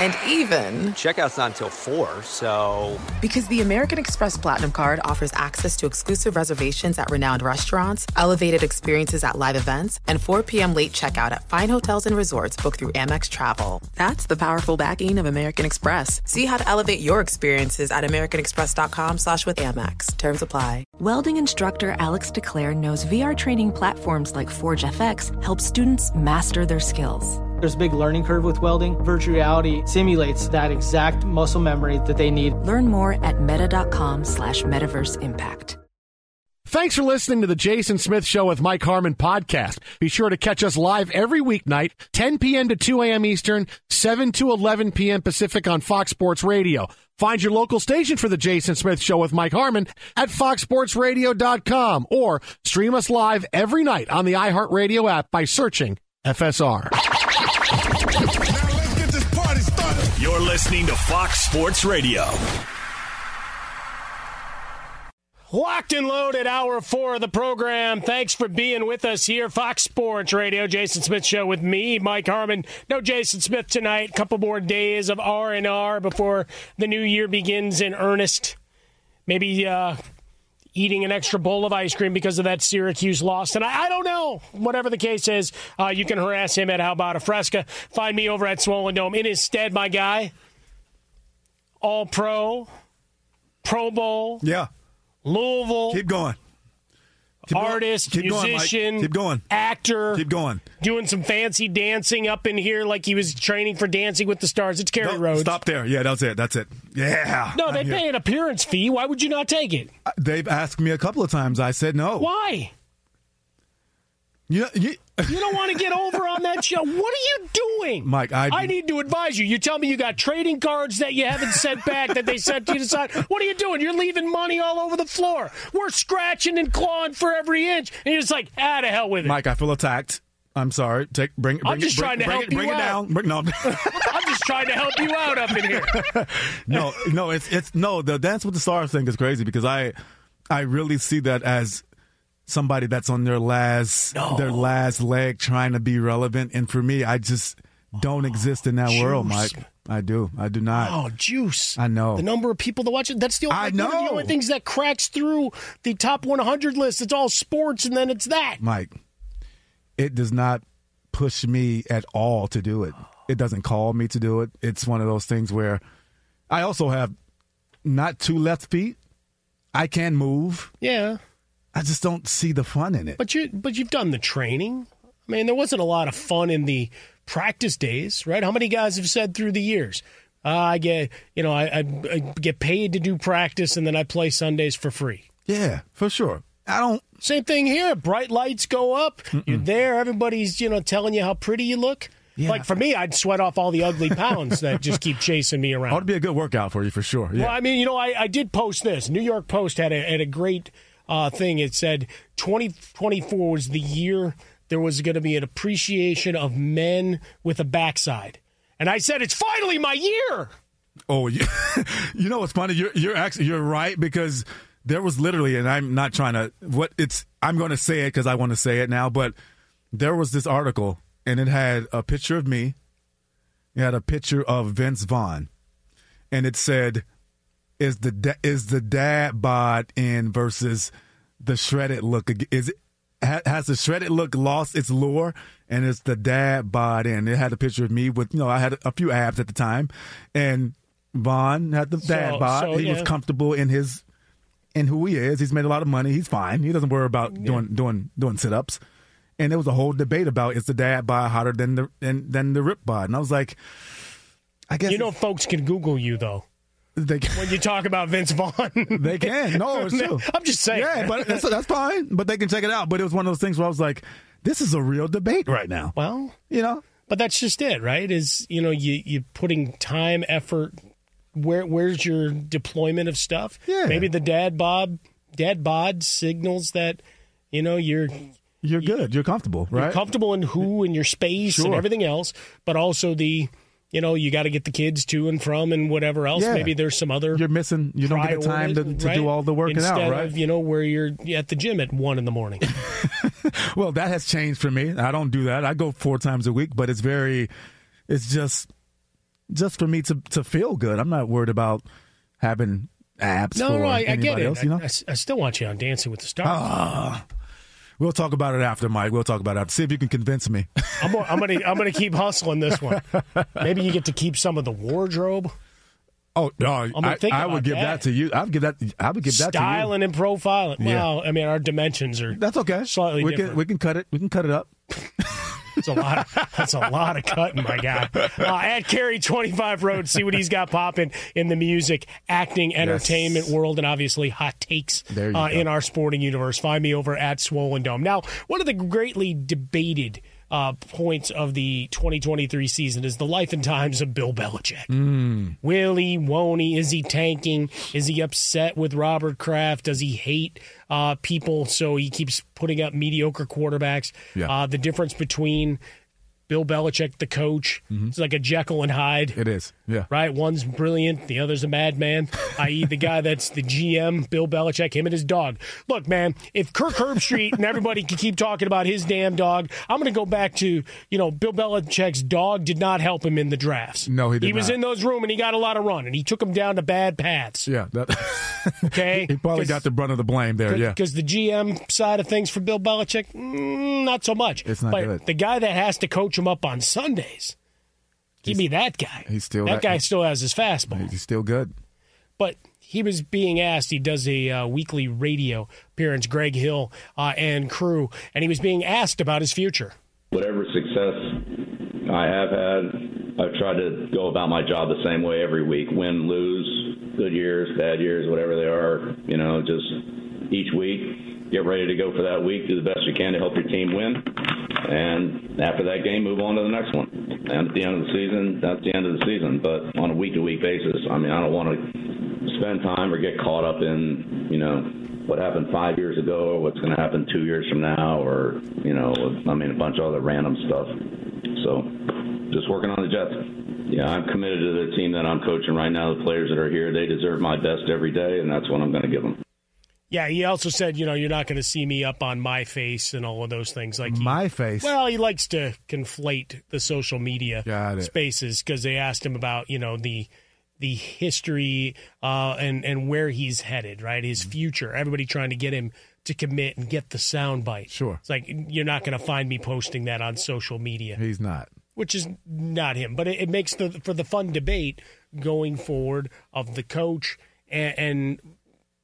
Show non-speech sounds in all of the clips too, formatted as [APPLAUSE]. and even. Checkout's not until 4, so. Because the American Express Platinum Card offers access to exclusive reservations at renowned restaurants, elevated experiences at live events, and 4 p.m. late checkout at fine hotels and resorts booked through Amex Travel. That's the powerful backing of American Express. See how to elevate your experiences at americanexpress.com slash with Amex. Terms apply. Welding instructor Alex DeClaire knows VR training platforms like Forge FX help students master their skills. There's a big learning curve with welding. Virtual reality simulates that exact muscle memory that they need. Learn more at meta.com slash metaverse impact. Thanks for listening to the Jason Smith Show with Mike Harmon podcast. Be sure to catch us live every weeknight, 10 p.m. to 2 a.m. Eastern, 7 to 11 p.m. Pacific on Fox Sports Radio. Find your local station for the Jason Smith Show with Mike Harmon at foxsportsradio.com or stream us live every night on the iHeartRadio app by searching FSR. Now let's get this party started. You're listening to Fox Sports Radio. Locked and loaded, hour four of the program. Thanks for being with us here, Fox Sports Radio. Jason Smith Show with me, Mike Harmon. No Jason Smith tonight. Couple more days of R and R before the new year begins in earnest. Maybe uh, eating an extra bowl of ice cream because of that Syracuse loss. And I, I don't know. Whatever the case is, uh, you can harass him at How About a Fresca. Find me over at Swollen Dome. In his stead, my guy, All Pro, Pro Bowl, Yeah. Louisville. Keep going. Keep going. artist, Keep going, Mike. musician, Keep going. actor, Keep going. doing some fancy dancing up in here like he was training for Dancing with the Stars. It's Kerry No, Rhodes. Stop there. Yeah, that's it. That's it. Yeah. No, I'm they here. pay an appearance fee. Why would you not take it? Uh, They've asked me a couple of times. I said no. Why? You, you, You don't want to get over on that show. What are you doing? Mike, I- need to advise you. You tell me you got trading cards that you haven't sent back that they sent to you to sign. What are you doing? You're leaving money all over the floor. We're scratching and clawing for every inch. And you're just like, ah, to hell with it. Mike, I feel attacked. I'm sorry. Take bring. bring I'm just it, bring, trying to bring help it, bring you it out. down. Bring, no, [LAUGHS] I'm just trying to help you out up in here. no, no. It's it's no. The Dance with the Stars thing is crazy because I, I really see that as somebody that's on their last their last leg trying to be relevant. And for me, I just don't exist [LAUGHS] in that world, Mike. juice. I do. I do not. Oh, juice! I know. the number of people that watch it. That's the only, I like, one of the know. only things that cracks through the top 100 list. It's all sports, and then it's that. Mike, it does not push me at all to do it. It doesn't call me to do it. It's one of those things where I also have not two left feet. I can move. Yeah, I just don't see the fun in it. but you but you've done the training. I mean, there wasn't a lot of fun in the practice days, right? How many guys have said through the years? Uh, I get you know I, I, I get paid to do practice, and then I play Sundays for free. yeah, for sure. I don't. Same thing here. Bright lights go up. You're there. Everybody's you know telling you how pretty you look. Like for me, I'd sweat off all the ugly pounds that just keep chasing me around. Ought to be a good workout for you for sure. Yeah. Well, I mean, you know, I, I did post this. New York Post had a, had a great uh, thing. It said 2024 was the year there was going to be an appreciation of men with a backside. And I said, it's finally my year. Oh, [LAUGHS] you, you know what's funny? You're you're actually you're right because there was literally, and I'm not trying to what it's. I'm going to say it because I want to say it now, but there was this article and it had a picture of me. It had a picture of Vince Vaughn, and it said, is the da- is the dad bod in versus the shredded look? ag- Is it ha- has the shredded look lost its lure and it's the dad bod in? It had a picture of me with you know I had a few abs at the time, and Vaughn had the dad bod. so, he was yeah. comfortable in his in who he is. He's made a lot of money. He's fine. He doesn't worry about doing doing doing sit ups. And there was a whole debate about is the dad bod hotter than the than, than the rip bod? And I was like, I guess You know, folks can Google you though they [LAUGHS] when you talk about Vince Vaughn. They can. No, [LAUGHS] it's true. I'm just saying. Yeah, but that's, that's fine. But they can check it out. But it was one of those things where I was like, this is a real debate right now. well, You know? but that's just it, right? Is you know you you putting time, effort. Where where's your deployment of stuff? Yeah. Maybe the dad bob dad bod signals that you know you're You're good. You're comfortable, right? You're comfortable in who and your space and Sure. everything else, but also the, you know, you got to get the kids to and from and whatever else. Yeah. Maybe there's some other. You're missing. You don't get the time to, priority, to right? do all the working Instead out, right? Of, you know, where you're at the gym at one in the morning. well, that has changed for me. I don't do that. I go four times a week, but it's very, it's just, just for me to to feel good. I'm not worried about having abs. no, for no, I, I anybody get it. Else, you know? I, I s- I still want you on Dancing with the Stars. we'll talk about it after, Mike. We'll talk about it after. See if you can convince [LAUGHS] me. I'm, gonna- I'm gonna, I'm gonna keep hustling this one. Maybe you get to keep some of the wardrobe, Oh no! gonna I, think I about would give that. that. to you. I would give that. I would give that to you. styling and profiling. Yeah. Wow, I mean, our dimensions are That's okay. Slightly we different. can we can cut it. We can cut it up. That's a lot. that's a lot of cutting, my guy. Uh, at Carry Twenty Five Road, see what he's got popping in the music, acting, entertainment world, and obviously hot takes There you uh, go. in our sporting universe. Find me over at Swollen Dome. Now, one of the greatly debated. Uh, points of the 2023 season is the life and times of Bill Belichick. Hmm. Will he? Won't he? Is he tanking? Is he upset with Robert Kraft? Does he hate uh, people? So he keeps putting up mediocre quarterbacks. Yeah. Uh, the difference between Bill Belichick, the coach, Mm-hmm. it's like a Jekyll and Hyde. It is. Yeah. Right, one's brilliant, the other's [LAUGHS] a madman, i.e., the guy that's the GM, Bill Belichick, him and his dog. Look, man, if Kirk Herbstreit and everybody can keep talking about his damn dog, I'm going to go back to you know Bill Belichick's dog did not help him in the drafts. No, he did He was not. in those room and he got a lot of run and he took him down to bad paths. Yeah. That, [LAUGHS] Okay, [LAUGHS] he probably 'Cause- got the brunt of the blame there. Yeah. because the GM side of things for Bill Belichick, mm, not so much. It's not but good. the guy that has to coach him up on Sundays, give me that guy. he's still that, that- guy still has his fastball. He's still good. but he was being asked. He does a uh, weekly radio appearance, Greg Hill uh, and crew, and he was being asked about his future. whatever success I have had, I've tried to go about my job the same way every week win, lose, good years, bad years, whatever they are, you know, just each week get ready to go for that week, do the best you can to help your team win. And after that game, move on to the next one. And at the end of the season, that's the end of the season. But on a week to week basis, I mean, I don't want to spend time or get caught up in, you know, what happened five years ago or what's going to happen two years from now or, you know, I mean, a bunch of other random stuff. So just working on the Jets. Yeah, I'm committed to the team that I'm coaching right now. The players that are here, they deserve my best every day, and that's what I'm going to give them. Yeah, he also said, you know, you're not going to see me up on my face and all of those things. Like he- My face. Well, he likes to conflate the social media Got it. spaces because they asked him about you know the the history uh, and and where he's headed, right? Mm-hmm. His future. Everybody trying to get him to commit and get the soundbite. Sure. it's like you're not going to find me posting that on social media he's not. which is not him, but it, it makes the for the fun debate going forward of the coach and, and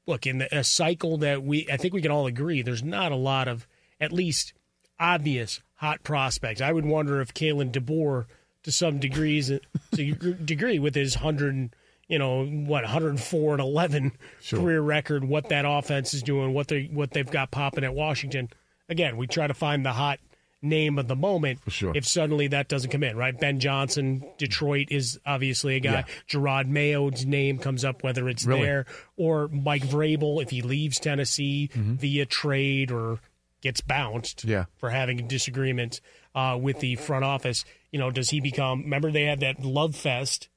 look in the, a cycle that we I think we can all agree there's not a lot of at least obvious hot prospects. I would wonder if Kalen DeBoer to some degrees uh, to degree with his hundred you know what 104 and 11 career record what that offense is doing what they what they've got popping at Washington again we try to find the hot name of the moment sure. if suddenly that doesn't come in, right? Ben Johnson, Detroit is obviously a guy. Gerard Mayo's name comes up, whether it's Really? there or Mike Vrabel if he leaves Tennessee via trade or gets bounced Yeah. for having disagreements uh, with the front office. You know, does he become? Remember, they had that love fest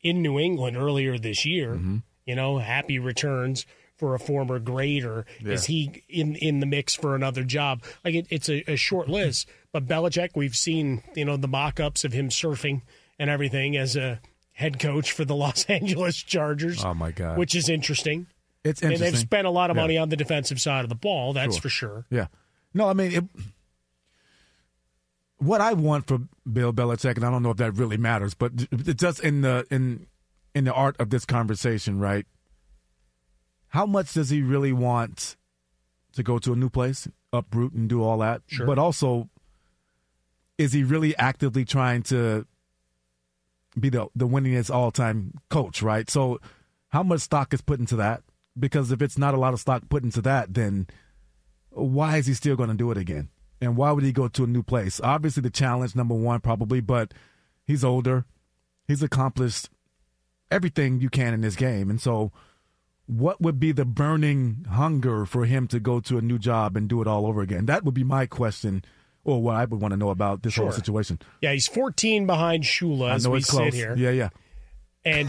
in New England earlier this year. Mm-hmm. You know, happy returns for a former grader. Is he in in the mix for another job? Like it, it's a, a short list. But Belichick, we've seen you know the mock ups of him surfing and everything as a head coach for the [LAUGHS] Los Angeles Chargers. Oh, my God. Which is interesting. It's And they've interesting. spent a lot of Yeah. money on the defensive side of the ball. That's for sure. Yeah. No, I mean, it, what I want for Bill Belichick, and I don't know if that really matters, but it just in the in in the art of this conversation, right? How much does he really want to go to a new place, uproot, and do all that? Sure. But also, is he really actively trying to be the the winningest all time coach, right? So how much stock is put into that? Because if it's not a lot of stock put into that, then why is he still going to do it again? And why would he go to a new place? Obviously, the challenge number one probably, but he's older. He's accomplished everything you can in this game, and so what would be the burning hunger for him to go to a new job and do it all over again? That would be my question, or what I would want to know about this whole Sure. situation. Yeah, he's 14 behind Shula I as know we it's close. sit here. Yeah, yeah. And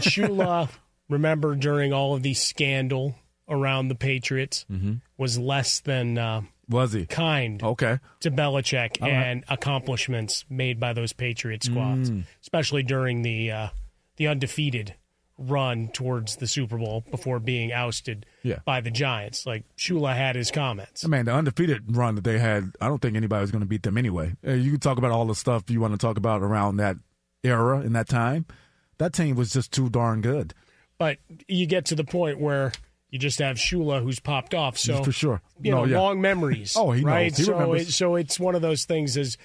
[LAUGHS] Shula, remember during all of the scandal around the Patriots, Mm-hmm. was less than uh, Was he kind okay to Belichick Oh. All right. and accomplishments made by those Patriot squads, Mm. especially during the uh, the undefeated run towards the Super Bowl before being ousted Yeah. by the Giants. Like Shula had his comments. I mean, the undefeated run that they had, I don't think anybody was going to beat them anyway. Uh, You can talk about all the stuff you want to talk about around that era in that time. That team was just too darn good. But you get to the point where you just have Shula who's popped off. So For sure. you No, know, yeah. long memories. [LAUGHS] Oh, he knows. right. He so remembers. it- so it's one of those things. Is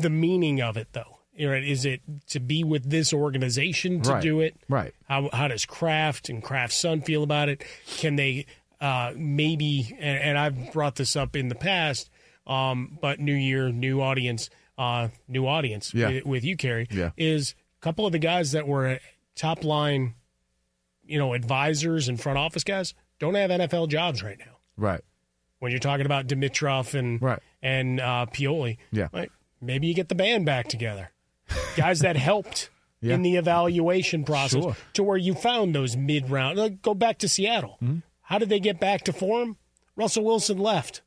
the meaning of it though? You know, is it to be with this organization to Right. do it? Right. How how does Kraft and Kraft's son feel about it? Can they uh, maybe? And, and I've brought this up in the past, um, but new year, new audience, uh, new audience Yeah. with, with you, Kerry. Yeah. Is a couple of the guys that were top line, you know, advisors and front office guys don't have NFL jobs right now. Right. When you're talking about Dimitrov and Right. and uh, Pioli, Yeah. like, maybe you get the band back together. Guys that helped [LAUGHS] Yeah. in the evaluation process Sure. to where you found those mid round. Like, go back to Seattle. Mm-hmm. How did they get back to form? Russell Wilson left.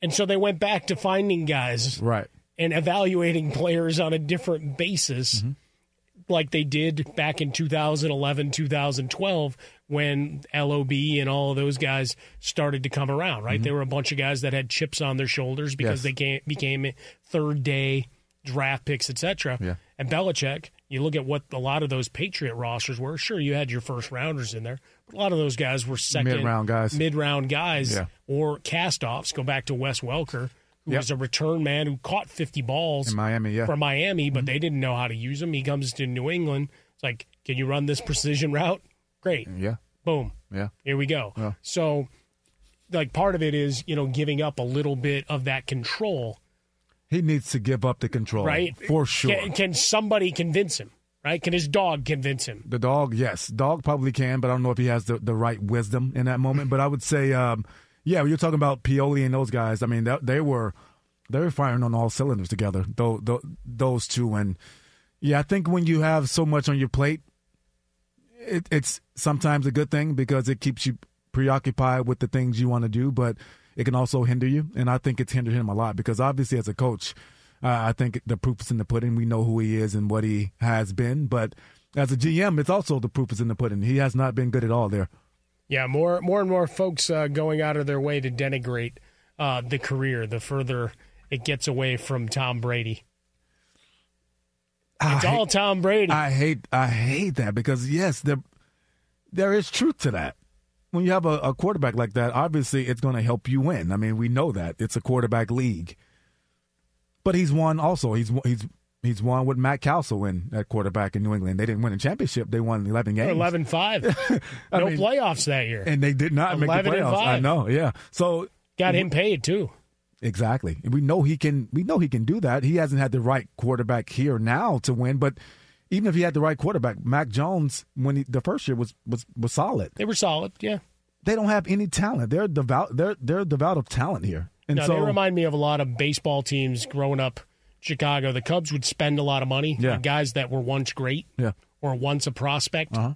And so they went back to finding guys Right. and evaluating [LAUGHS] players on a different basis Mm-hmm. like they did back in 2011, 2012 when LOB and all of those guys started to come around, right? They were a bunch of guys that had chips on their shoulders because Mm-hmm. Yes. they came, became third day draft picks, etc. Yeah. And Belichick, you look at what a lot of those Patriot rosters were. Sure, you had your first rounders in there, but a lot of those guys were second Mid-round guys. mid-round guys Yeah. or cast-offs. Go back to Wes Welker, who Yep. was a return man who caught 50 balls In Miami, yeah. Mm-hmm. from Miami, but they didn't know how to use him. He comes to New England. It's like, can you run this precision route? Great. Yeah. Boom. Yeah. Here we go. Mm. Yeah. So, like, part of it is, you know, giving up a little bit of that control, He needs to give up the control. right? For sure. Can, can somebody convince him, right? Can his dog convince him? The dog, yes. Dog probably can, but I don't know if he has the, the right wisdom in that moment. But I would say, um, yeah, you're talking about Pioli and those guys. I mean, that, they were they were firing on all cylinders together, those, those two. And yeah, I think when you have so much on your plate, it, it's sometimes a good thing because it keeps you preoccupied with the things you want to do, but it can also hinder you. And I think it's hindered him a lot because obviously, as a coach, uh, I think the proof is in the pudding. We know who he is and what he has been, but as a GM, it's also the proof is in the pudding. He has not been good at all there. Yeah, more more and more folks uh, going out of their way to denigrate uh, the career the further it gets away from Tom Brady. Uh, It's all Tom Brady. [LAUGHS] I hate I hate that because yes, there there is truth to that. When you have a, a quarterback like that, obviously it's going to help you win. I mean, we know that it's a quarterback league. But he's won also. He's won- he's he's won with Matt Castle in at quarterback in New England. They didn't win a championship. They won eleven games. 11 5. [LAUGHS] I No mean, playoffs that year. and they did not make the 11 and playoffs. I five. know. Yeah. So Got him paid, too. Exactly. And we know he can we know he can do that. He hasn't had the right quarterback here now to win, but even if he had the right quarterback, Mac Jones when he, the first year was was was solid. They were solid, yeah. They don't have any talent. They're devout they're they're devout of talent here. And now, so they remind me of a lot of baseball teams growing up. Chicago, the Cubs would spend a lot of money Yeah. on guys that were once great Yeah. or once a prospect Uh-huh.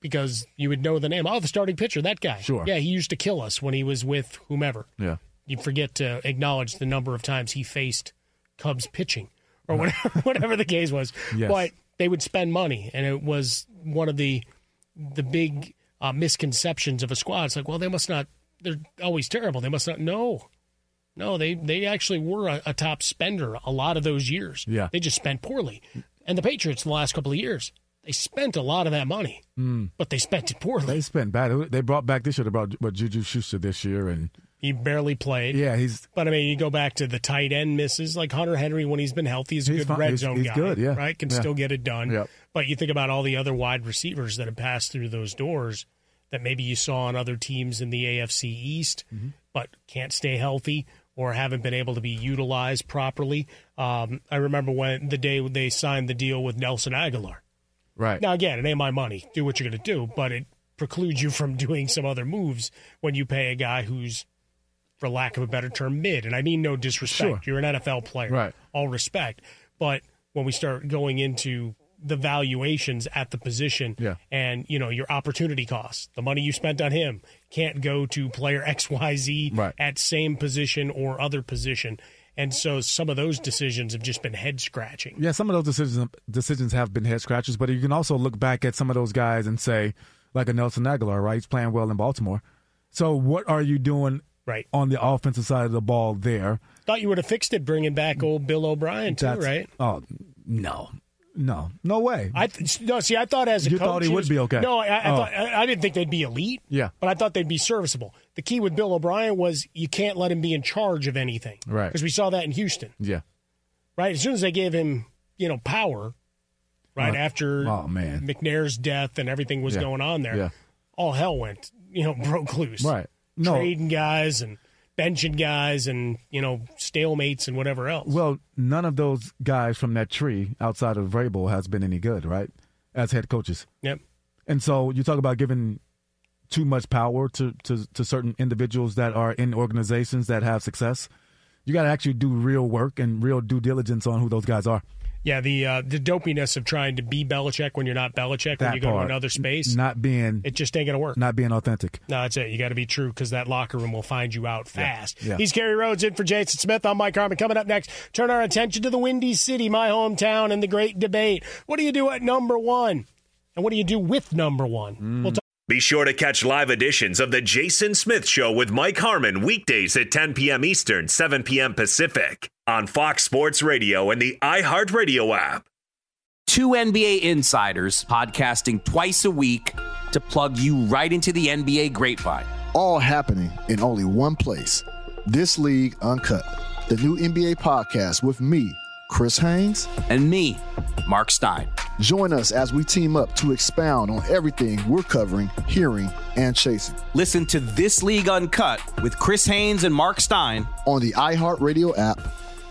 because you would know the name. Oh, the starting pitcher, that guy. Sure. Yeah, he used to kill us when he was with whomever. Yeah. you forget to acknowledge the number of times he faced Cubs pitching or [LAUGHS] whatever, whatever the case was. Yes. But they would spend money, and it was one of the the big uh, misconceptions of a squad. It's like, well, they must not. They're always terrible. They must not. No, no, they they actually were a, a top spender a lot of those years. Yeah. they just spent poorly. And the Patriots, in the last couple of years, they spent a lot of that money, Mm. but they spent it poorly. They spent bad. They brought back this year. They brought what Juju Schuster this year, and He barely played. yeah, he's But I mean, you go back to the tight end misses, like Hunter Henry when he's been healthy, he's a He's good fine. red He's- zone he's guy, good, yeah. right? Can Yeah. still get it done. Yep. But you think about all the other wide receivers that have passed through those doors that maybe you saw on other teams in the AFC East, Mm-hmm. but can't stay healthy or haven't been able to be utilized properly. Um, I remember when the day they signed the deal with Nelson Aguilar. right. Now, again, it ain't my money. Do what you're going to do, but it precludes you from [LAUGHS] doing some other moves when you pay a guy who's, for lack of a better term, mid. And I mean no Sure. disrespect. You're an NFL player. Right. All respect. But when we start going into the valuations at the position Yeah. and you know your opportunity costs the money you spent on him can't go to player [LAUGHS] xyz Right. at same position or other position and so some of those decisions have just been head scratching Yeah, some of those decisions decisions have been head scratches, but you can also look back at some of those guys and say, like a Nelson Aguilar, right? He's playing well in Baltimore. So what are you doing right on the offensive side of the ball there? Thought you would have fixed it bringing back old Bill O'Brien too, That's- right? Oh no, no, no way. I th- no, see, I thought as a You coach thought he would was- be okay. No, I, I, Oh. thought, I, I didn't think they'd be elite. Yeah. but I thought they'd be serviceable. The key with Bill O'Brien was you can't let him be in charge of anything, Right. Because we saw that in Houston, yeah. right? As soon as they gave him, you know, power, right, Right. after Oh, man. McNair's death and everything was Yeah. going on there, Yeah. all hell went, you know, [LAUGHS] broke loose, Right. No. Trading guys and benching guys and you know stalemates and whatever else. Well, none of those guys from that tree outside of Vrabel has been any good, right? As head coaches. yep. And so you talk about giving too much power to, to, to certain individuals that are in organizations that have success. You got to actually do real work and real due diligence on who those guys are. Yeah, the uh, the dopiness of trying to be Belichick when you're not Belichick when That you go part. to another space, Not being it just ain't gonna work. not being authentic. no, that's it. You got to be true because that locker room will find you out fast. yeah. He's Gary Rhodes in for Jason Smith. I'm Mike Harmon. Coming up next, turn our attention to the Windy City, my hometown, and the great debate. What do you do at number one, and what do you do with number one? Mm. We'll talk. Be sure to catch live editions of The Jason Smith Show with Mike Harmon weekdays at 10 p.m. Eastern, 7 p.m. Pacific on Fox Sports Radio and the iHeartRadio app. two NBA insiders podcasting twice a week to plug you right into the NBA grapevine. all happening in only one place. This League Uncut, the new NBA podcast with me, Chris Haynes. And me, Mark Stein. Join us as we team up to expound on everything we're covering, hearing, and chasing Listen to This League Uncut with Chris Haynes and Mark Stein. on the iHeartRadio app,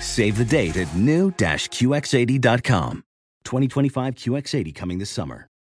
Save the date at new-QX80.com. 2025 QX80 coming this summer.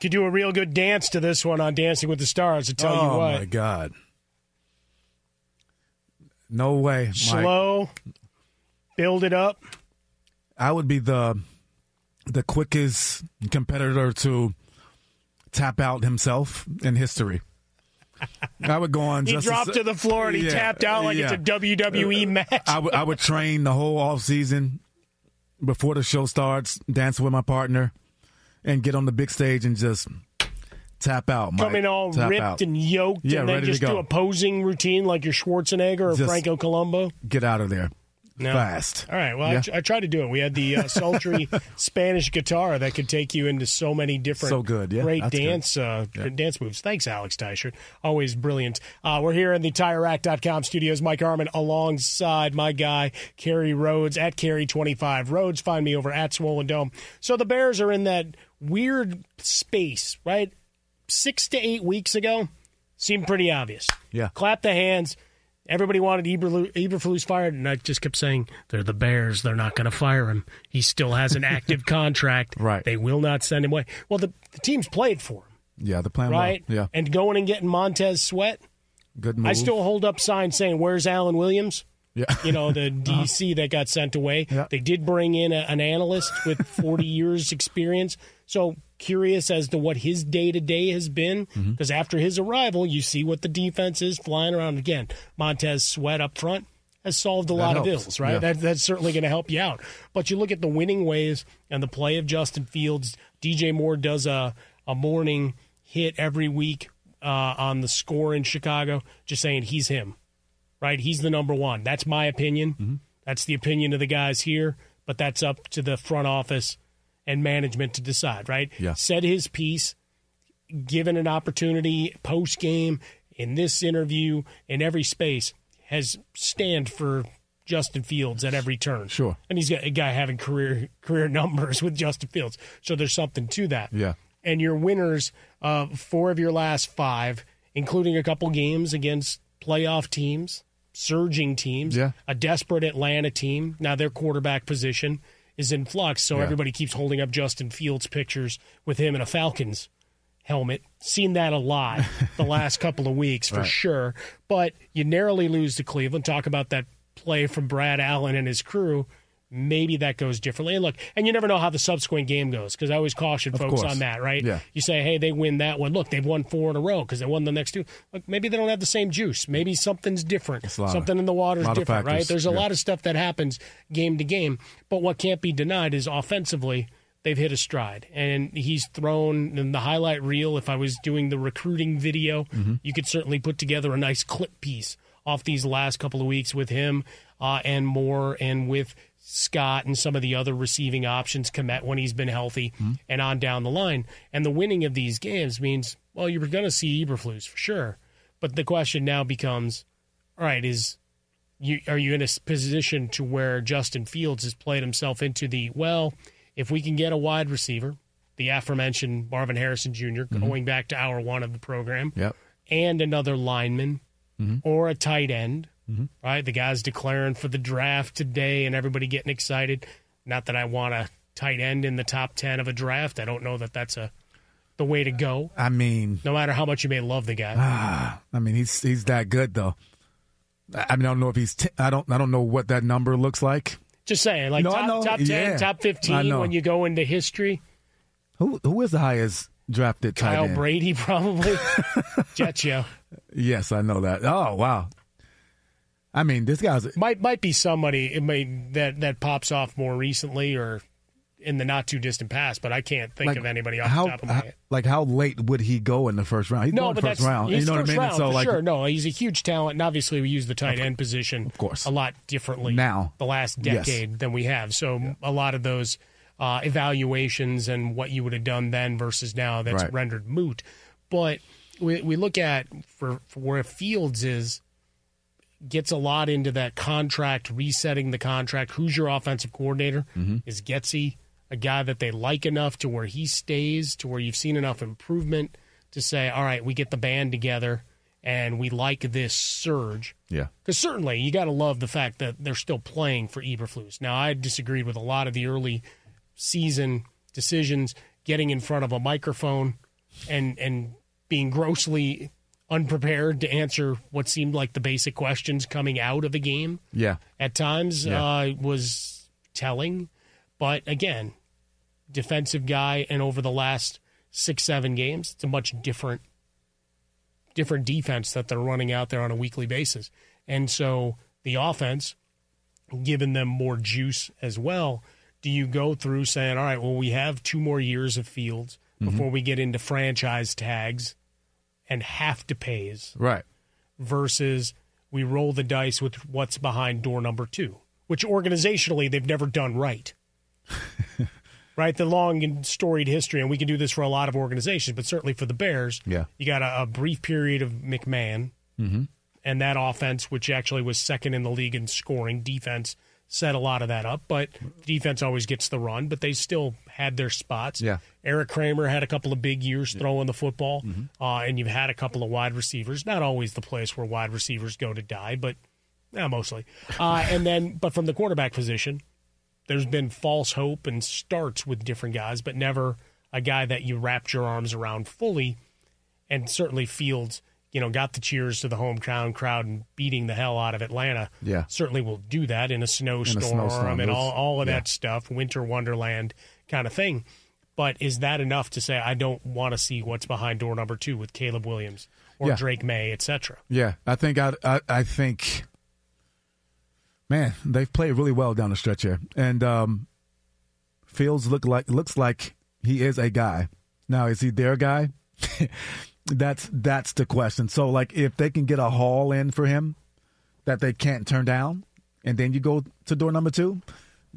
Could do a real good dance to this one on Dancing with the Stars. I tell you oh what, my god! No way. Mike. slow, build it up. I would be the the quickest competitor to tap out himself in history. I would go on. He just dropped to the floor and he tapped out like it's a Uh, WWE match. I would I would train the whole off season before the show starts, dance with my partner, and get on the big stage and just tap out. Mike. Come in all Tap ripped out. and yoked, Yeah, and then ready to just do go. a posing routine like your Schwarzenegger or Just- Franco Colombo. Get out of there No. fast. All right. Well, I, Yeah. tr- I tried to do it. We had the [LAUGHS] uh, sultry Spanish guitar that could take you into so many different, So good, yeah, great that's good. dance, uh, Yeah. dance moves. Thanks, Alex Teicher. Always brilliant. Uh, we're here in the TireRack.com studios. Mike Arman alongside my guy Kerry Rhodes at Kerry Twenty Five Rhodes. Find me over at Swollen Dome. So the Bears are in that weird space, right? Six to eight weeks ago, seemed pretty obvious. Yeah. Clap the hands. Everybody wanted Eberlu- Eberflus fired, and I just kept saying, "They're the Bears. They're not going to fire him. He still has [LAUGHS] an active contract. Right? They will not send him away." Well, the, the team's played for him, Yeah, the plan. right? Well. Yeah, And going and getting Montez Sweat, good move. I still hold up signs saying, "Where's Allen Williams?" Yeah. [LAUGHS] you [LAUGHS] know the Uh-huh. DC that got sent away. They did bring in a, an analyst with 40 [LAUGHS] years experience, so curious as to what his day to day has been. Mm-hmm. Because after his arrival, you see what the defense is flying around again. Montez Sweat up front has solved a That lot of helps. ills, right? Yeah. That, that's certainly going to help you out. But you look at the winning ways and the play of Justin Fields. DJ Moore does a a morning hit every week uh, on the score in Chicago, just saying he's him right? He's the number one. That's my opinion. That's the opinion of the guys here, but that's up to the front office and management to decide, right? Yeah. Said his piece, given an opportunity post game in this interview in every space, has stand for Justin Fields at every turn. Sure. And he's got a guy having career career numbers with Justin Fields. So there's something to that Yeah. and your winners uh, four of your last five, including a couple games against playoff teams, surging teams, Yeah. a desperate Atlanta team. Now their quarterback position is in flux, so Yeah. everybody keeps holding up Justin Fields pictures with him in a Falcons helmet. Seen that a lot [LAUGHS] the last couple of weeks for Right. sure. But you narrowly lose to Cleveland. Talk about that play from Brad Allen and his crew. Maybe that goes differently. And look, and you never know how the subsequent game goes because I always caution Of folks course. on that, right? Yeah. You say, hey, they win that one. Look, they've won four in a row because they won the next two. Look, maybe they don't have the same juice. Maybe something's different. a lot of- Something in the water's lot of different, right? factors. There's a Yeah. lot of stuff that happens game to game. But what can't be denied is offensively, they've hit a stride. And he's thrown in the highlight reel. If I was doing the recruiting video, Mhm. you could certainly put together a nice clip piece off these last couple of weeks with him uh, and more, and with Scott and some of the other receiving options, Komet when he's been healthy, Mm-hmm. and on down the line. And the winning of these games means, well, you were going to see Eberflus for sure. But the question now becomes, all right, is you are you in a s- position to where Justin Fields has played himself into the well? If we can get a wide receiver, the aforementioned Marvin Harrison junior going back to hour one of the program, Yep. and another lineman Mhm. or a tight end, Mhm. right? The guys declaring for the draft today and everybody getting excited. Not that I want a tight end in the top 10 of a draft. I don't know that that's a the way to go, I mean, no matter how much you may love the guy. ah, I mean, he's he's that good though. I I mean, I don't know if he's. T- I don't. I don't know what that number looks like. Just saying, like No, I know. top, top 10, Yeah. top I 15 know. when you go into history. Who who is the highest drafted tight Kyle end? Brady, probably. [LAUGHS] Jet Show. Yes, I know that. Oh wow. I mean, this guy's Might might be somebody it may, that, that pops off more recently or in the not too distant past, but I can't think Like, of anybody off how, the top of my how- head. like how late would he go in the first round? He's no, going but first that's round. He's you know what I first mean? And round so for like sure. No, he's a huge talent, and obviously we use the tight end position, of course, a lot differently Now. the last Yes. decade than we have. So a lot of those uh, evaluations and what you would have done then versus now that's Right. rendered moot. But we we look at for, for where Fields is gets a lot into that contract resetting the contract. Who's your offensive coordinator? Mhm. Is Getzey a guy that they like enough to where he stays, to where you've seen enough improvement to say, all right, we get the band together and we like this surge? Yeah. Because certainly you got to love the fact that they're still playing for Eberflus. Now I disagreed with a lot of the early season decisions, getting in front of a microphone and and being grossly unprepared to answer what seemed like the basic questions coming out of a game Yeah. at times Yeah. uh, was telling. But again, defensive guy, and over the last six seven games, it's a much different different defense that they're running out there on a weekly basis, and so the offense, giving them more juice as well. Do you go through saying, all right, well, we have two more years of Fields Mhm. before we get into franchise tags and have to pays? Right. versus we roll the dice with what's behind door number two, which organizationally they've never done right. right? The long and storied history, and we can do this for a lot of organizations, but certainly for the Bears, Yeah. you got a, a brief period of McMahon Mm-hmm. and that offense, which actually was second in the league in scoring. Defense set a lot of that up, but defense always gets the run, but they still had their spots. Yeah. Eric Kramer had a couple of big years throwing the football, uh, and you've had a couple of wide receivers. Not always the place where wide receivers go to die, but yeah, mostly. Uh, and then, but from the quarterback position, there's been false hope and starts with different guys, but never a guy that you wrapped your arms around fully. And certainly Fields, you know, got the cheers to the hometown crowd and beating the hell out of Atlanta. Yeah. Certainly will do that in a snowstorm, snowstorm, and all, those- all of yeah. that stuff, winter wonderland kind of thing. But is that enough to say, I don't want to see what's behind door number two with Caleb Williams or Yeah. Drake May, et cetera? Yeah, I think I, I I think, man, they've played really well down the stretch here, and um, Fields look like looks like he is a guy. Now, is he their guy? [LAUGHS] that's that's the question. So, like, if they can get a haul in for him that they can't turn down, and then you go to door number two,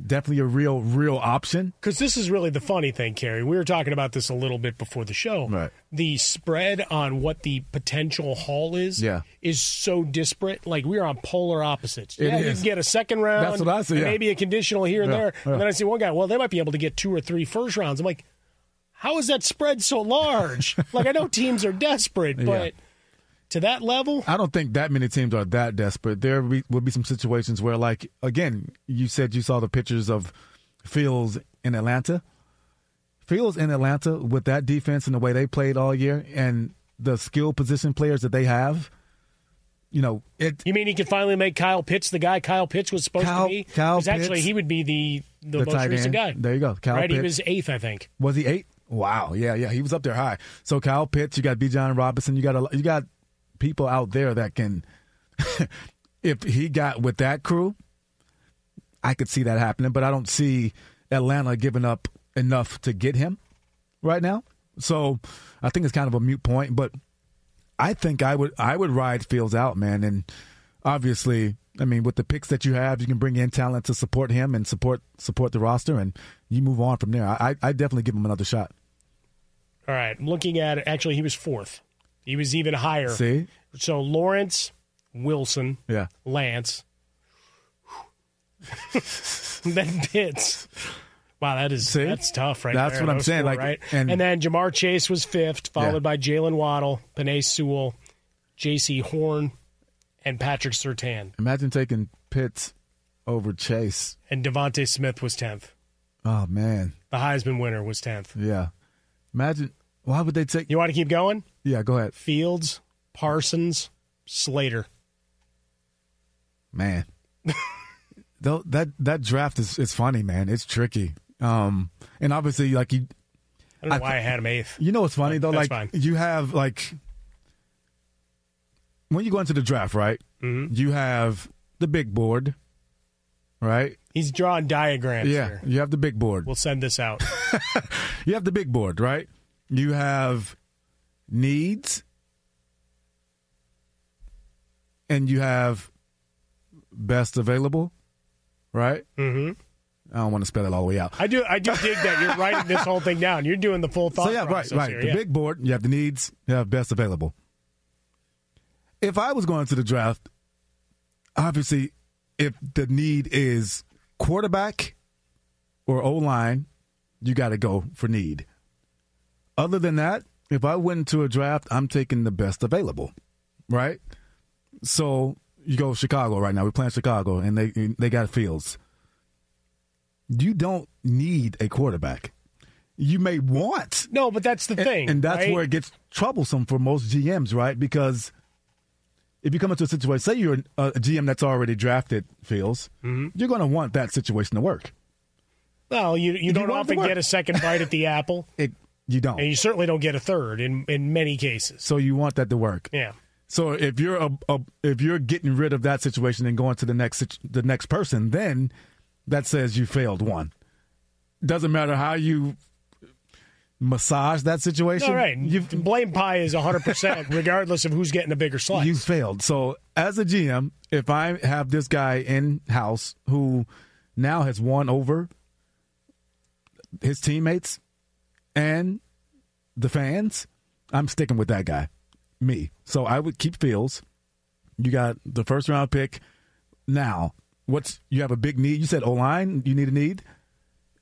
definitely a real real option. Because this is really the funny thing, Carrie. We were talking about this a little bit before the show. Right. The spread on what the potential haul is Yeah. is so disparate. Like we are on polar opposites. It yeah, you is. can get a second round. That's what I see, and yeah. Maybe a conditional here and Yeah, there. yeah. And then I see one guy. Well, they might be able to get two or three first rounds. I'm like, how is that spread [LAUGHS] so large? like I know teams are desperate, Yeah. but to that level, I don't think that many teams are that desperate. There be- will be some situations where, like, again, you said you saw the pictures of Fields in Atlanta. Fields in Atlanta with that defense and the way they played all year and the skill position players that they have, you know, it you mean he could finally make Kyle Pitts the guy Kyle Pitts was supposed Kyle- to be? Kyle 'Cause actually Pitts, he would be the the, the most tight recent guy. end. There you go. Kyle right, he Pitts. was eighth, I think. Was he eight? Wow. Yeah, yeah. He was up there high. So Kyle Pitts, you got B. John Robinson, you got a, you got people out there that can. [LAUGHS] if he got with that crew, I could see that happening, but I don't see Atlanta giving up enough to get him right now. So I think it's kind of a mute point, but I think I would I would ride Fields out, man, and obviously, I mean, with the picks that you have, you can bring in talent to support him and support support the roster, and you move on from there. I I I'd definitely give him another shot. All right, looking at it, actually, he was fourth. He was even higher. See, So Lawrence, Wilson, yeah, Lance, [LAUGHS] then Pitts. Wow, that is See? that's tough, right? That's there, what I'm those saying, four, like, right? And, and- then Jamar Chase was fifth, followed Yeah. by Jalen Waddle, Panay Sewell, J.C. Horn, and Patrick Sertan. imagine taking Pitts over Chase. And Devontae Smith was tenth. Oh man, The Heisman winner was tenth. yeah. Imagine why would they take? You want to keep going? Yeah, go ahead, Fields, Parsons, Slater. man. tho- that that draft is is funny, man. It's tricky. Um, and obviously, like you, I don't know why I had him eighth. You know what's funny though? That's Like fine. you have like when you go into the draft, right? Mm-hmm. You have the big board, right? He's drawing diagrams Yeah, here. you have the big board. We'll send this out. you have the big board, right? You have needs, and you have best available, right? Mm-hmm. I don't want to spell it all the way out. I do. I do dig that you're writing this whole thing down. You're doing the full thought So yeah, right, process right. here. the yeah. big board. You have the needs. You have best available. If I was going to the draft, obviously, if the need is quarterback or O line, you got to go for need. Other than that, if I went to a draft, I'm taking the best available, right? So you go Chicago right now. We're playing Chicago, and they they got Fields. You don't need a quarterback. You may want no, but that's the thing, and that's right? where it gets troublesome for most GMs, right? Because if you come into a situation, say you're a GM that's already drafted Fields, Mm-hmm. you're going to want that situation to work. Well, you you don't want it to often work. get a second [LAUGHS] bite at the apple, It you don't, and you certainly don't get a third in in many cases. so you want that to work. Yeah. So if you're a, a if you're getting rid of that situation and going to the next situ- the next person, then that says you failed one. Doesn't matter how you massage that situation. All right. blame pie [LAUGHS] is 100% regardless of who's getting a bigger slice. You failed. So as a GM, if I have this guy in house who now has won over his teammates and the fans, I'm sticking with that guy. Me. So I would keep Fields. You got the first round pick. Now, what's you have a big need? You said O line, you need a need.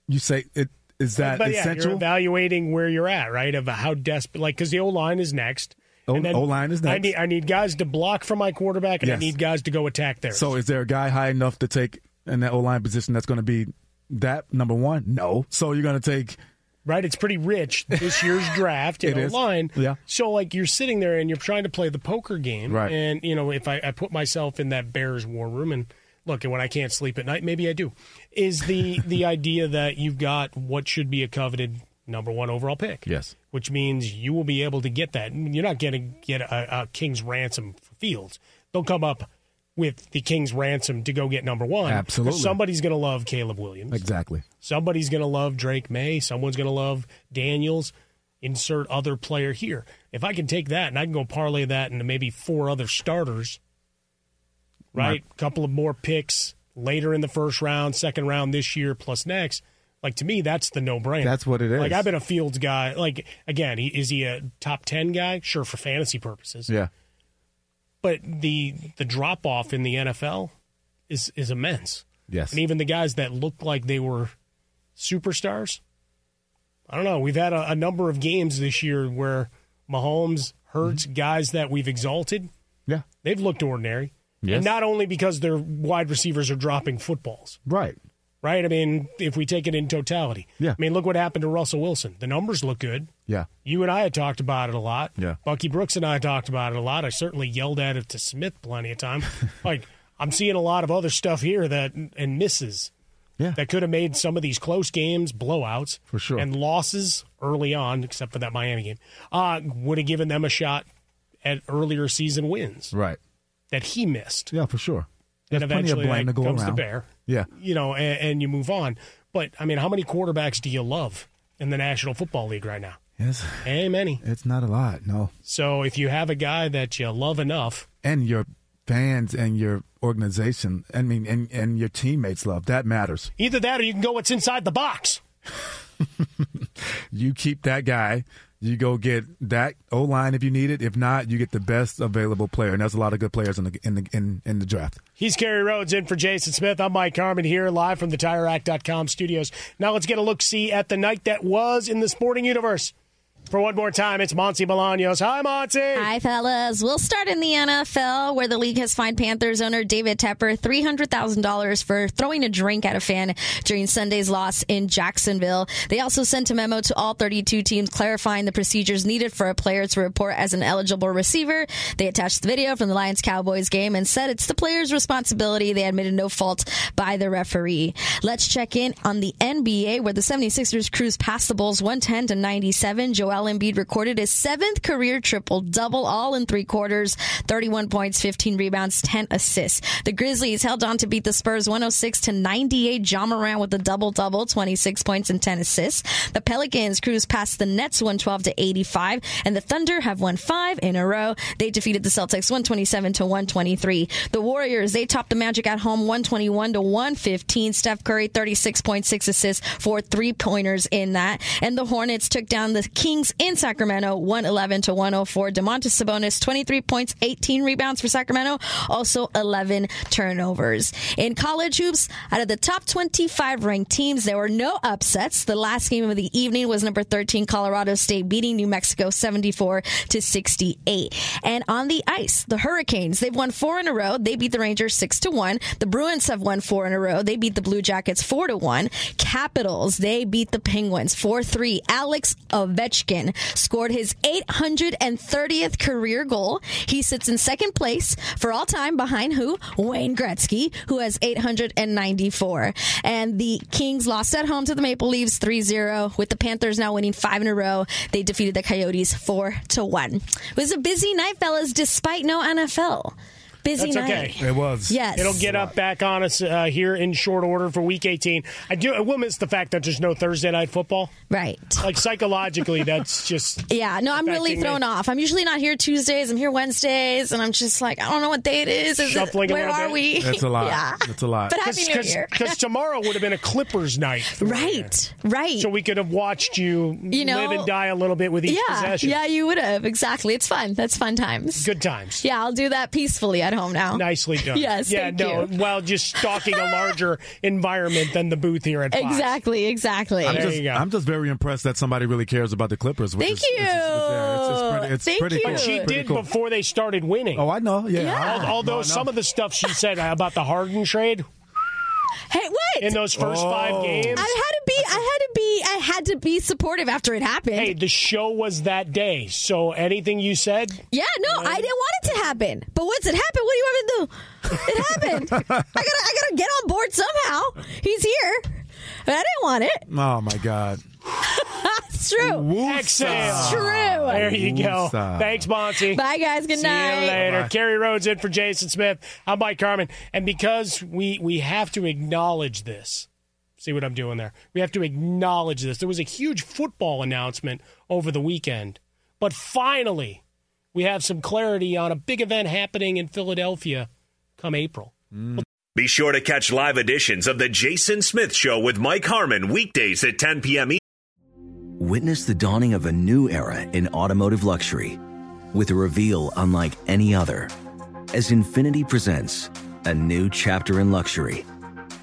You say it is that but yeah, essential? you're evaluating where you're at, right? Of how desperate, like, because the O line is next. O- And then O-line is I next. need, I need guys to block for my quarterback, and I Yes. need guys to go attack theirs. So is there a guy high enough to take in that O line position that's going to be that number one? No. So you're going to take right? It's pretty rich [LAUGHS] this year's draft It in is. O line. Yeah. So like you're sitting there and you're trying to play the poker game, Right. And you know if I, I put myself in that Bears war room and look, and when I can't sleep at night, maybe I do. Is [LAUGHS] the the idea that you've got what should be a coveted number one overall pick? Yes. Which means you will be able to get that. You're not going to get a, a king's ransom for Fields. They'll come up with the king's ransom to go get number one. Absolutely. Somebody's going to love Caleb Williams. exactly. Somebody's going to love Drake May. Someone's going to love Daniels. Insert other player here. If I can take that and I can go parlay that into maybe four other starters, right? couple of more picks later in the first round, second round this year, plus next. Like to me, that's the no-brainer. That's what it is. Like I've been a Fields guy. Like again, he, is he a top ten guy? Sure, for fantasy purposes. Yeah. But the the drop off in the NFL is is immense. Yes. And even the guys that looked like they were superstars. I don't know. We've had a, a number of games this year where Mahomes hurts Mm-hmm. guys that we've exalted. Yeah. They've looked ordinary. Yes. And not only because their wide receivers are dropping footballs, Right. right? I mean, if we take it in totality. Yeah. I mean, look what happened to Russell Wilson. The numbers look good. Yeah. You and I had talked about it a lot. Yeah. Bucky Brooks and I talked about it a lot. I certainly yelled at it to Smith plenty [LAUGHS] of time. like I'm seeing a lot of other stuff here that and misses. Yeah. That could have made some of these close games blowouts For sure. and losses early on, except for that Miami game. Uh, would have given them a shot at earlier season wins Right. that he missed. Yeah, for sure. There's and plenty of eventually blame that to go comes around. to bear Yeah. you know, and, and you move on. But I mean, how many quarterbacks do you love in the National Football League right now? Yes. Ain't many. It's not a lot. No. So if you have a guy that you love enough, And your fans and your organization, I mean, and, and your teammates love that matters. either that or you can go what's inside the box. You keep that guy. You go get that O line if you need it. If not, you get the best available player, and there's a lot of good players in the in the in, in the draft. He's Kerry Rhodes in for Jason Smith. I'm Mike Harmon here live from the TireAct.com studios. Now let's get a look see at the night that was in the sporting universe. For one more time, it's Monty Bolaños. Hi, Monty. Hi, fellas. We'll start in the NFL, where the league has fined Panthers owner David Tepper $300,000 for throwing a drink at a fan during Sunday's loss in Jacksonville. They also sent a memo to all 32 teams clarifying the procedures needed for a player to report as an eligible receiver. They attached the video from the Lions Cowboys game and said it's the player's responsibility. They admitted no fault by the referee. Let's check in on the NBA, where the 76ers cruised past the Bulls 110 to 97. Joel Joel Embiid recorded his seventh career triple double, all in three quarters 31 points, 15 rebounds, 10 assists. The Grizzlies held on to beat the Spurs 106 to 98. John Moran with a double double, 26 points and 10 assists. The Pelicans cruised past the Nets 112 to 85, and the Thunder have won five in a row. They defeated the Celtics 127 to 123. The Warriors, they topped the Magic at home 121 to 115. Steph Curry, 36.6 assists, four three pointers in that. And the Hornets took down the Kings in Sacramento, 111 to 104. DeMontis Sabonis, 23 points, 18 rebounds for Sacramento, also 11 turnovers. In college hoops, out of the top 25 ranked teams, there were no upsets. The last game of the evening was number 13 Colorado State beating New Mexico 74 to 68. And on the ice, the Hurricanes, they've won four in a row. They beat the Rangers 6 to 1. The Bruins have won four in a row. They beat the Blue Jackets 4 to 1. Capitals, they beat the Penguins 4 3. Alex Ovechkin scored his 830th career goal. He sits in second place for all time behind who? Wayne Gretzky, who has 894. And the Kings lost at home to the Maple Leafs 3-0 with the Panthers now winning 5 in a row. They defeated the Coyotes 4 to 1. It was a busy night fellas despite no NFL. Busy That's night. okay. It was. Yes. It'll get up back on us uh, here in short order for week 18. I do. I will miss the fact that there's no Thursday night football. Right. Like psychologically, that's just. [LAUGHS] Yeah, no, I'm really affecting thrown me. off. I'm usually not here Tuesdays. I'm here Wednesdays, and I'm just like, I don't know what day it is. is it, Shuffling a where little are bit. we? That's a lot. Yeah. That's a lot. But happy New Year. [LAUGHS] Because tomorrow would have been a Clippers night. Right. Right. So we could have watched you, You know- live and die a little bit with each yeah, possession. yeah, you would have exactly. It's fun. That's fun times. Good times. Yeah, I'll do that peacefully at home now. Nicely [LAUGHS] done. Yes, Yeah. thank no. you. While just stalking a [LAUGHS] larger environment than the booth here at Fox. Exactly. Exactly. I'm just, I'm just very impressed that somebody really cares about the Clippers. Which Thank is, you. pretty- it's Thank pretty you. cool. But she Pretty did cool. before they started winning. Oh, I know. Yeah. I Al- know. Although No, I know. some of the stuff she said about the Harden trade Hey, what? in those first Oh. five games. I had to be. I had to be. I had to be supportive after it happened. Hey, the show was that day, so anything you said, Yeah, no, I didn't want it to happen. But once it happened, what do you want me to do? It [LAUGHS] happened. I gotta, I gotta get on board somehow. He's here. But I didn't want it. Oh my God. It's true. It's true. Excellent. there you go. Woosah. Thanks, Monty. Bye, guys. Good night. See you later. Bye. Kerry Rhodes in for Jason Smith. I'm Mike Carmen, and because we we have to acknowledge this. See what I'm doing there. We have to acknowledge this. There was a huge football announcement over the weekend, but finally, we have some clarity on a big event happening in Philadelphia come April. Be sure to catch live editions of The Jason Smith Show with Mike Harmon weekdays at 10 p.m. Eastern. Witness the dawning of a new era in automotive luxury with a reveal unlike any other as Infinity presents a new chapter in luxury,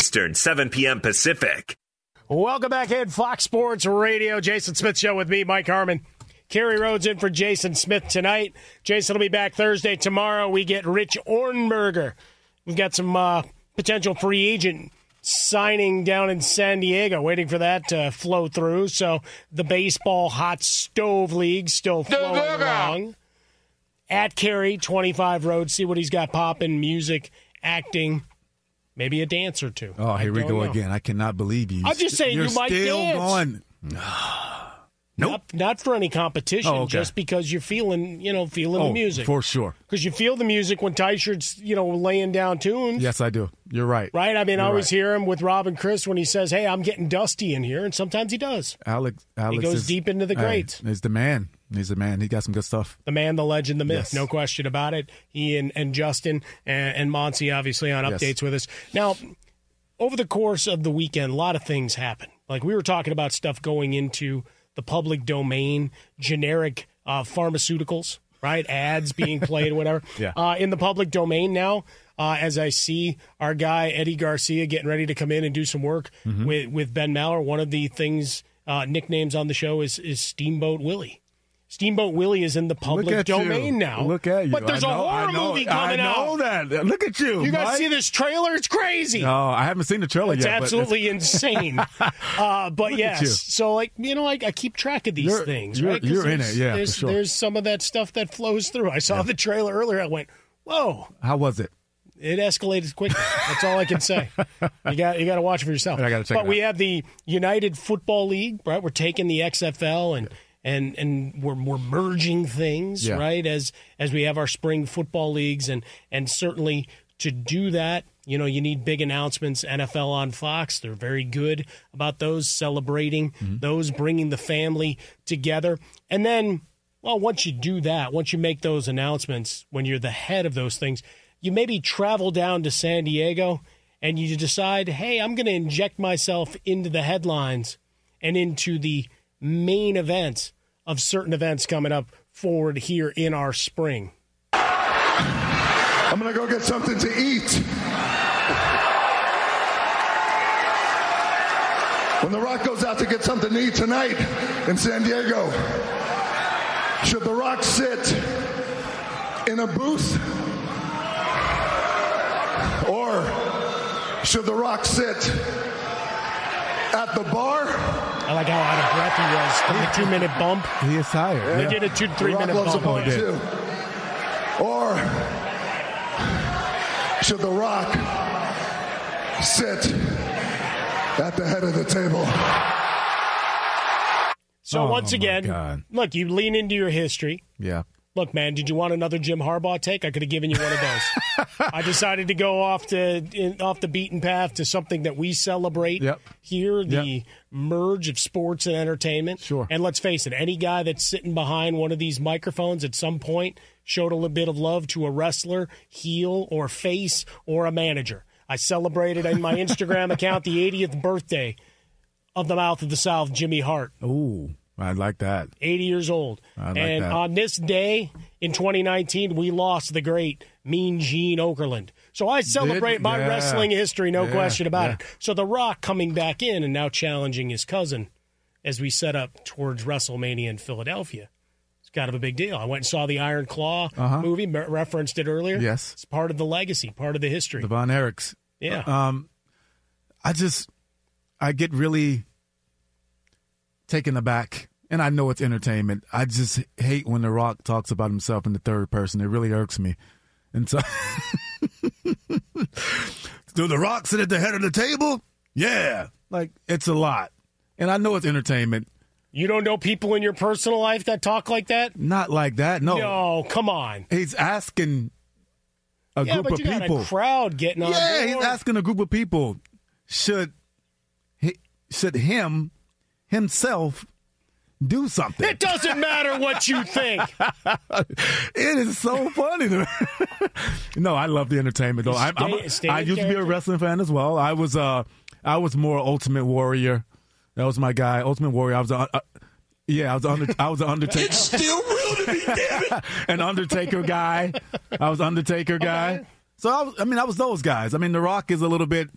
Eastern, 7 p.m. Pacific. Welcome back in Fox Sports Radio. Jason Smith Show with me, Mike Harmon. Kerry Rhodes in for Jason Smith tonight. Jason will be back Thursday. Tomorrow we get Rich Ornberger. We've got some uh, potential free agent signing down in San Diego, waiting for that to flow through. So the baseball hot stove league still flowing along. At Kerry, 25 Road. See what he's got popping, music, acting, maybe a dance or two. Oh, here we don't go know. again. I cannot believe you. I'm just saying You're you might still dance. going. Nope. Not, not for any competition, Oh, okay. just because you're feeling, you know, feeling Oh, the music. for sure. Because you feel the music when Tyshirt's, you know, laying down tunes. Yes, I do. You're right. Right? I mean, I You're always right. hear him with Rob and Chris when he says, hey, I'm getting dusty in here. And sometimes he does. Alex, Alex goes is- deep into the hey, greats. he's the man. He's the man. He got some good stuff. The man, the legend, the myth. Yes. No question about it. He and, and Justin and, and Monty, obviously, on Yes. updates with us. Now, over the course of the weekend, a lot of things happen. Like we were talking about stuff going into the public domain, generic uh, pharmaceuticals, right? Ads [LAUGHS] being played, whatever. Yeah. Uh, in the public domain now, uh, as I see our guy Eddie Garcia getting ready to come in and do some work Mm-hmm. Mhm. with with Ben Maller. One of the things uh, nicknames on the show is is Steamboat Willie. Steamboat Willie is in the Look public at you. domain now. Look at you. But there's I a know- I horror know- movie coming I know out. that. Look at you. You guys Mike. see this trailer? It's crazy. No, I haven't seen the trailer It's yet. but [LAUGHS] absolutely insane. Uh, Look but at you. yes, so like you know, I, I keep track of these You're- things. you're- right? 'Cause you're in there's- it, yeah, for there's, sure. there's some of that stuff that flows through. I saw the trailer earlier. I went, whoa! How was it? It escalated quickly. That's all I can say. you got you got to watch it for yourself. I gotta check But it we out. have the United Football League, right? We're taking the XFL and. And, and we're, we're merging things Yeah. right as as we have our spring football leagues and and certainly to do that you know you need big announcements NFL on Fox they're very good about those celebrating those bringing the family together and then well once you do that once you make those announcements when you're the head of those things you maybe travel down to San Diego and you decide, hey, I'm going to inject myself into the headlines and into the main events of certain events coming up forward here in our spring. I'm gonna go get something to eat. When The Rock goes out to get something to eat tonight in San Diego, should The Rock sit in a booth? Or should The Rock sit at the bar? I like how out of breath he was from the two minute bump. He is tired. They did a two, three The Rock minute loves a bump. bump too. Or should The Rock sit at the head of the table? So Oh, once my again, God. look, you lean into your history. Yeah. Look, man, did you want another Jim Harbaugh take? I could have given you one of [LAUGHS] those. I decided to go off the in, off the beaten path to something that we celebrate Yep. here, the merge of sports and entertainment. Sure. And let's face it, any guy that's sitting behind one of these microphones at some point showed a little bit of love to a wrestler, heel or face or a manager. I celebrated in my Instagram account the 80th birthday of the Mouth of the South, Jimmy Hart. Ooh, I like that. 80 years old. I like and that. on this day in 2019, we lost the great Mean Gene Okerlund. So I celebrate my Yeah. wrestling history, no Yeah. question about Yeah. it. So The Rock coming back in and now challenging his cousin as we set up towards WrestleMania in Philadelphia. It's kind of a big deal. I went and saw the Iron Claw Uh-huh. movie, mer- referenced it earlier. Yes. It's part of the legacy, part of the history. Devon Eric's. Yeah. Um, I just I get really taken aback. And I know it's entertainment. I just hate when The Rock talks about himself in the third person. It really irks me. And so [LAUGHS] Do The Rock sit at the head of the table? Yeah. Like it's a lot. And I know it's entertainment. You don't know people in your personal life that talk like that? Not like that. No. No, come on. He's asking a yeah, group but of you got people. a crowd getting on. yeah, he's board. asking a group of people should he, should him himself do something. It doesn't matter what you think. it is so funny. To [LAUGHS] no, I love the entertainment though. I, I'm, Stay- stay I in used to be a character. wrestling fan as well. I was uh, I was more Ultimate Warrior. That was my guy, Ultimate Warrior. I was a, uh, yeah, I was a under, I was an Undertaker. It's still real to me, damn it. [LAUGHS] An Undertaker guy. I was Undertaker guy. So I, was, I mean, I was those guys. I mean, The Rock is a little bit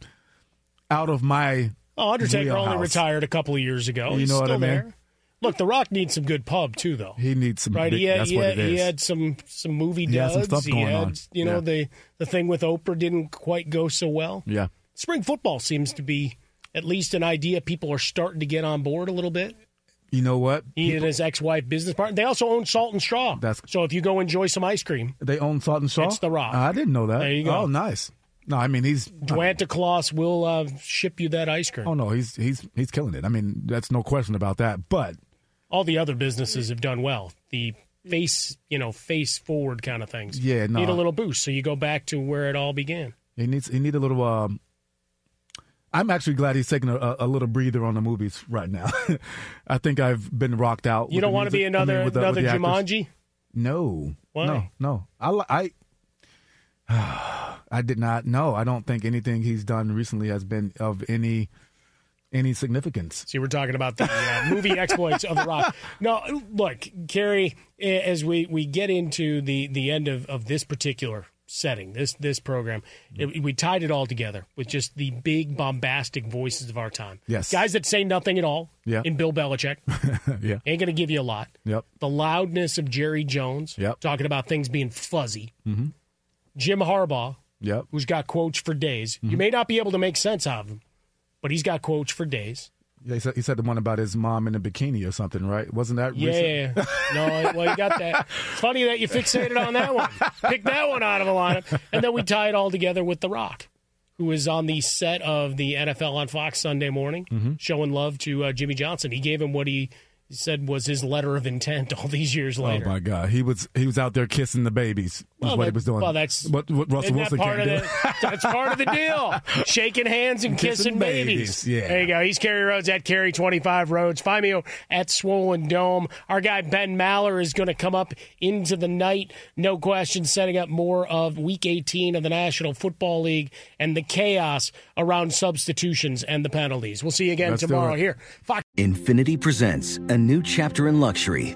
out of my. [LAUGHS] Oh, Undertaker only wheelhouse. retired a couple of years ago. You He's know what still I mean? there. Look, The Rock needs some good pub too, though. He needs some. Right? big- he had, that's he, what had, it is. he had some some movie He had duds. some stuff going he had, on. you know, Yeah. the the thing with Oprah didn't quite go so well. Yeah. Spring football seems to be at least an idea people are starting to get on board a little bit. You know what? He and his ex-wife business partner. They also own Salt and Straw. That's- so if you go enjoy some ice cream, They own Salt and Straw. It's The Rock. I didn't know that. There you go. Oh, nice. No, I mean he's. Duanta Claus will uh, ship you that ice cream. Oh no, he's he's he's killing it. I mean, that's no question about that. But All the other businesses have done well. The face, you know, face forward kind of things. Yeah, no. need a little boost, so you go back to where it all began. he needs he need a little. Um, I'm actually glad he's taking a- a, a little breather on the movies right now. [LAUGHS] I think I've been rocked out. You don't want to be another another Jumanji. Jumanji. No. Why? No. No. I li- I I [SIGHS] did not know. I don't think anything he's done recently has been of any any significance. See, we're talking about the [LAUGHS] uh, movie exploits of the Rock. No, look, Carrie, a- as we, we get into the, the end of, of this particular setting, this this program, Mm-hmm. it, we tied it all together with just the big bombastic voices of our time. Yes. guys that say nothing at all. Yeah. in Bill Belichick, [LAUGHS] yeah. ain't going to give you a lot. Yep. The loudness of Jerry Jones, Yep. talking about things being fuzzy. Mm-hmm. Jim Harbaugh, Yep. who's got quotes for days. Mm-hmm. You may not be able to make sense of him, but he's got quotes for days. Yeah, he said, he said the one about his mom in a bikini or something, right? Wasn't that recent? Yeah, no, well, you got that. It's funny that you fixated on that one. Pick that one out of a lineup, and then we tie it all together with The Rock, who is on the set of the NFL on Fox Sunday morning, Mm-hmm. Mhm. showing love to uh, Jimmy Johnson. He gave him what he said was his letter of intent all these years Oh later. my God, he was he was out there kissing the babies. Is Well, what he that- was doing. well, that's- what, what Russell isn't Wilson that part can't do. of the- that's part of the deal. [LAUGHS] Shaking hands and Kissing kissing, babies. babies, yeah. There you go. He's Kerry Rhodes at Kerry 25 Rhodes. Find me at Swollen Dome. Our guy Ben Maller is going to come up into the night, no question, setting up more of week 18 of the National Football League and the chaos around substitutions and the penalties. We'll see you again Let's do tomorrow it. here. Fox Infinity presents a new chapter in luxury,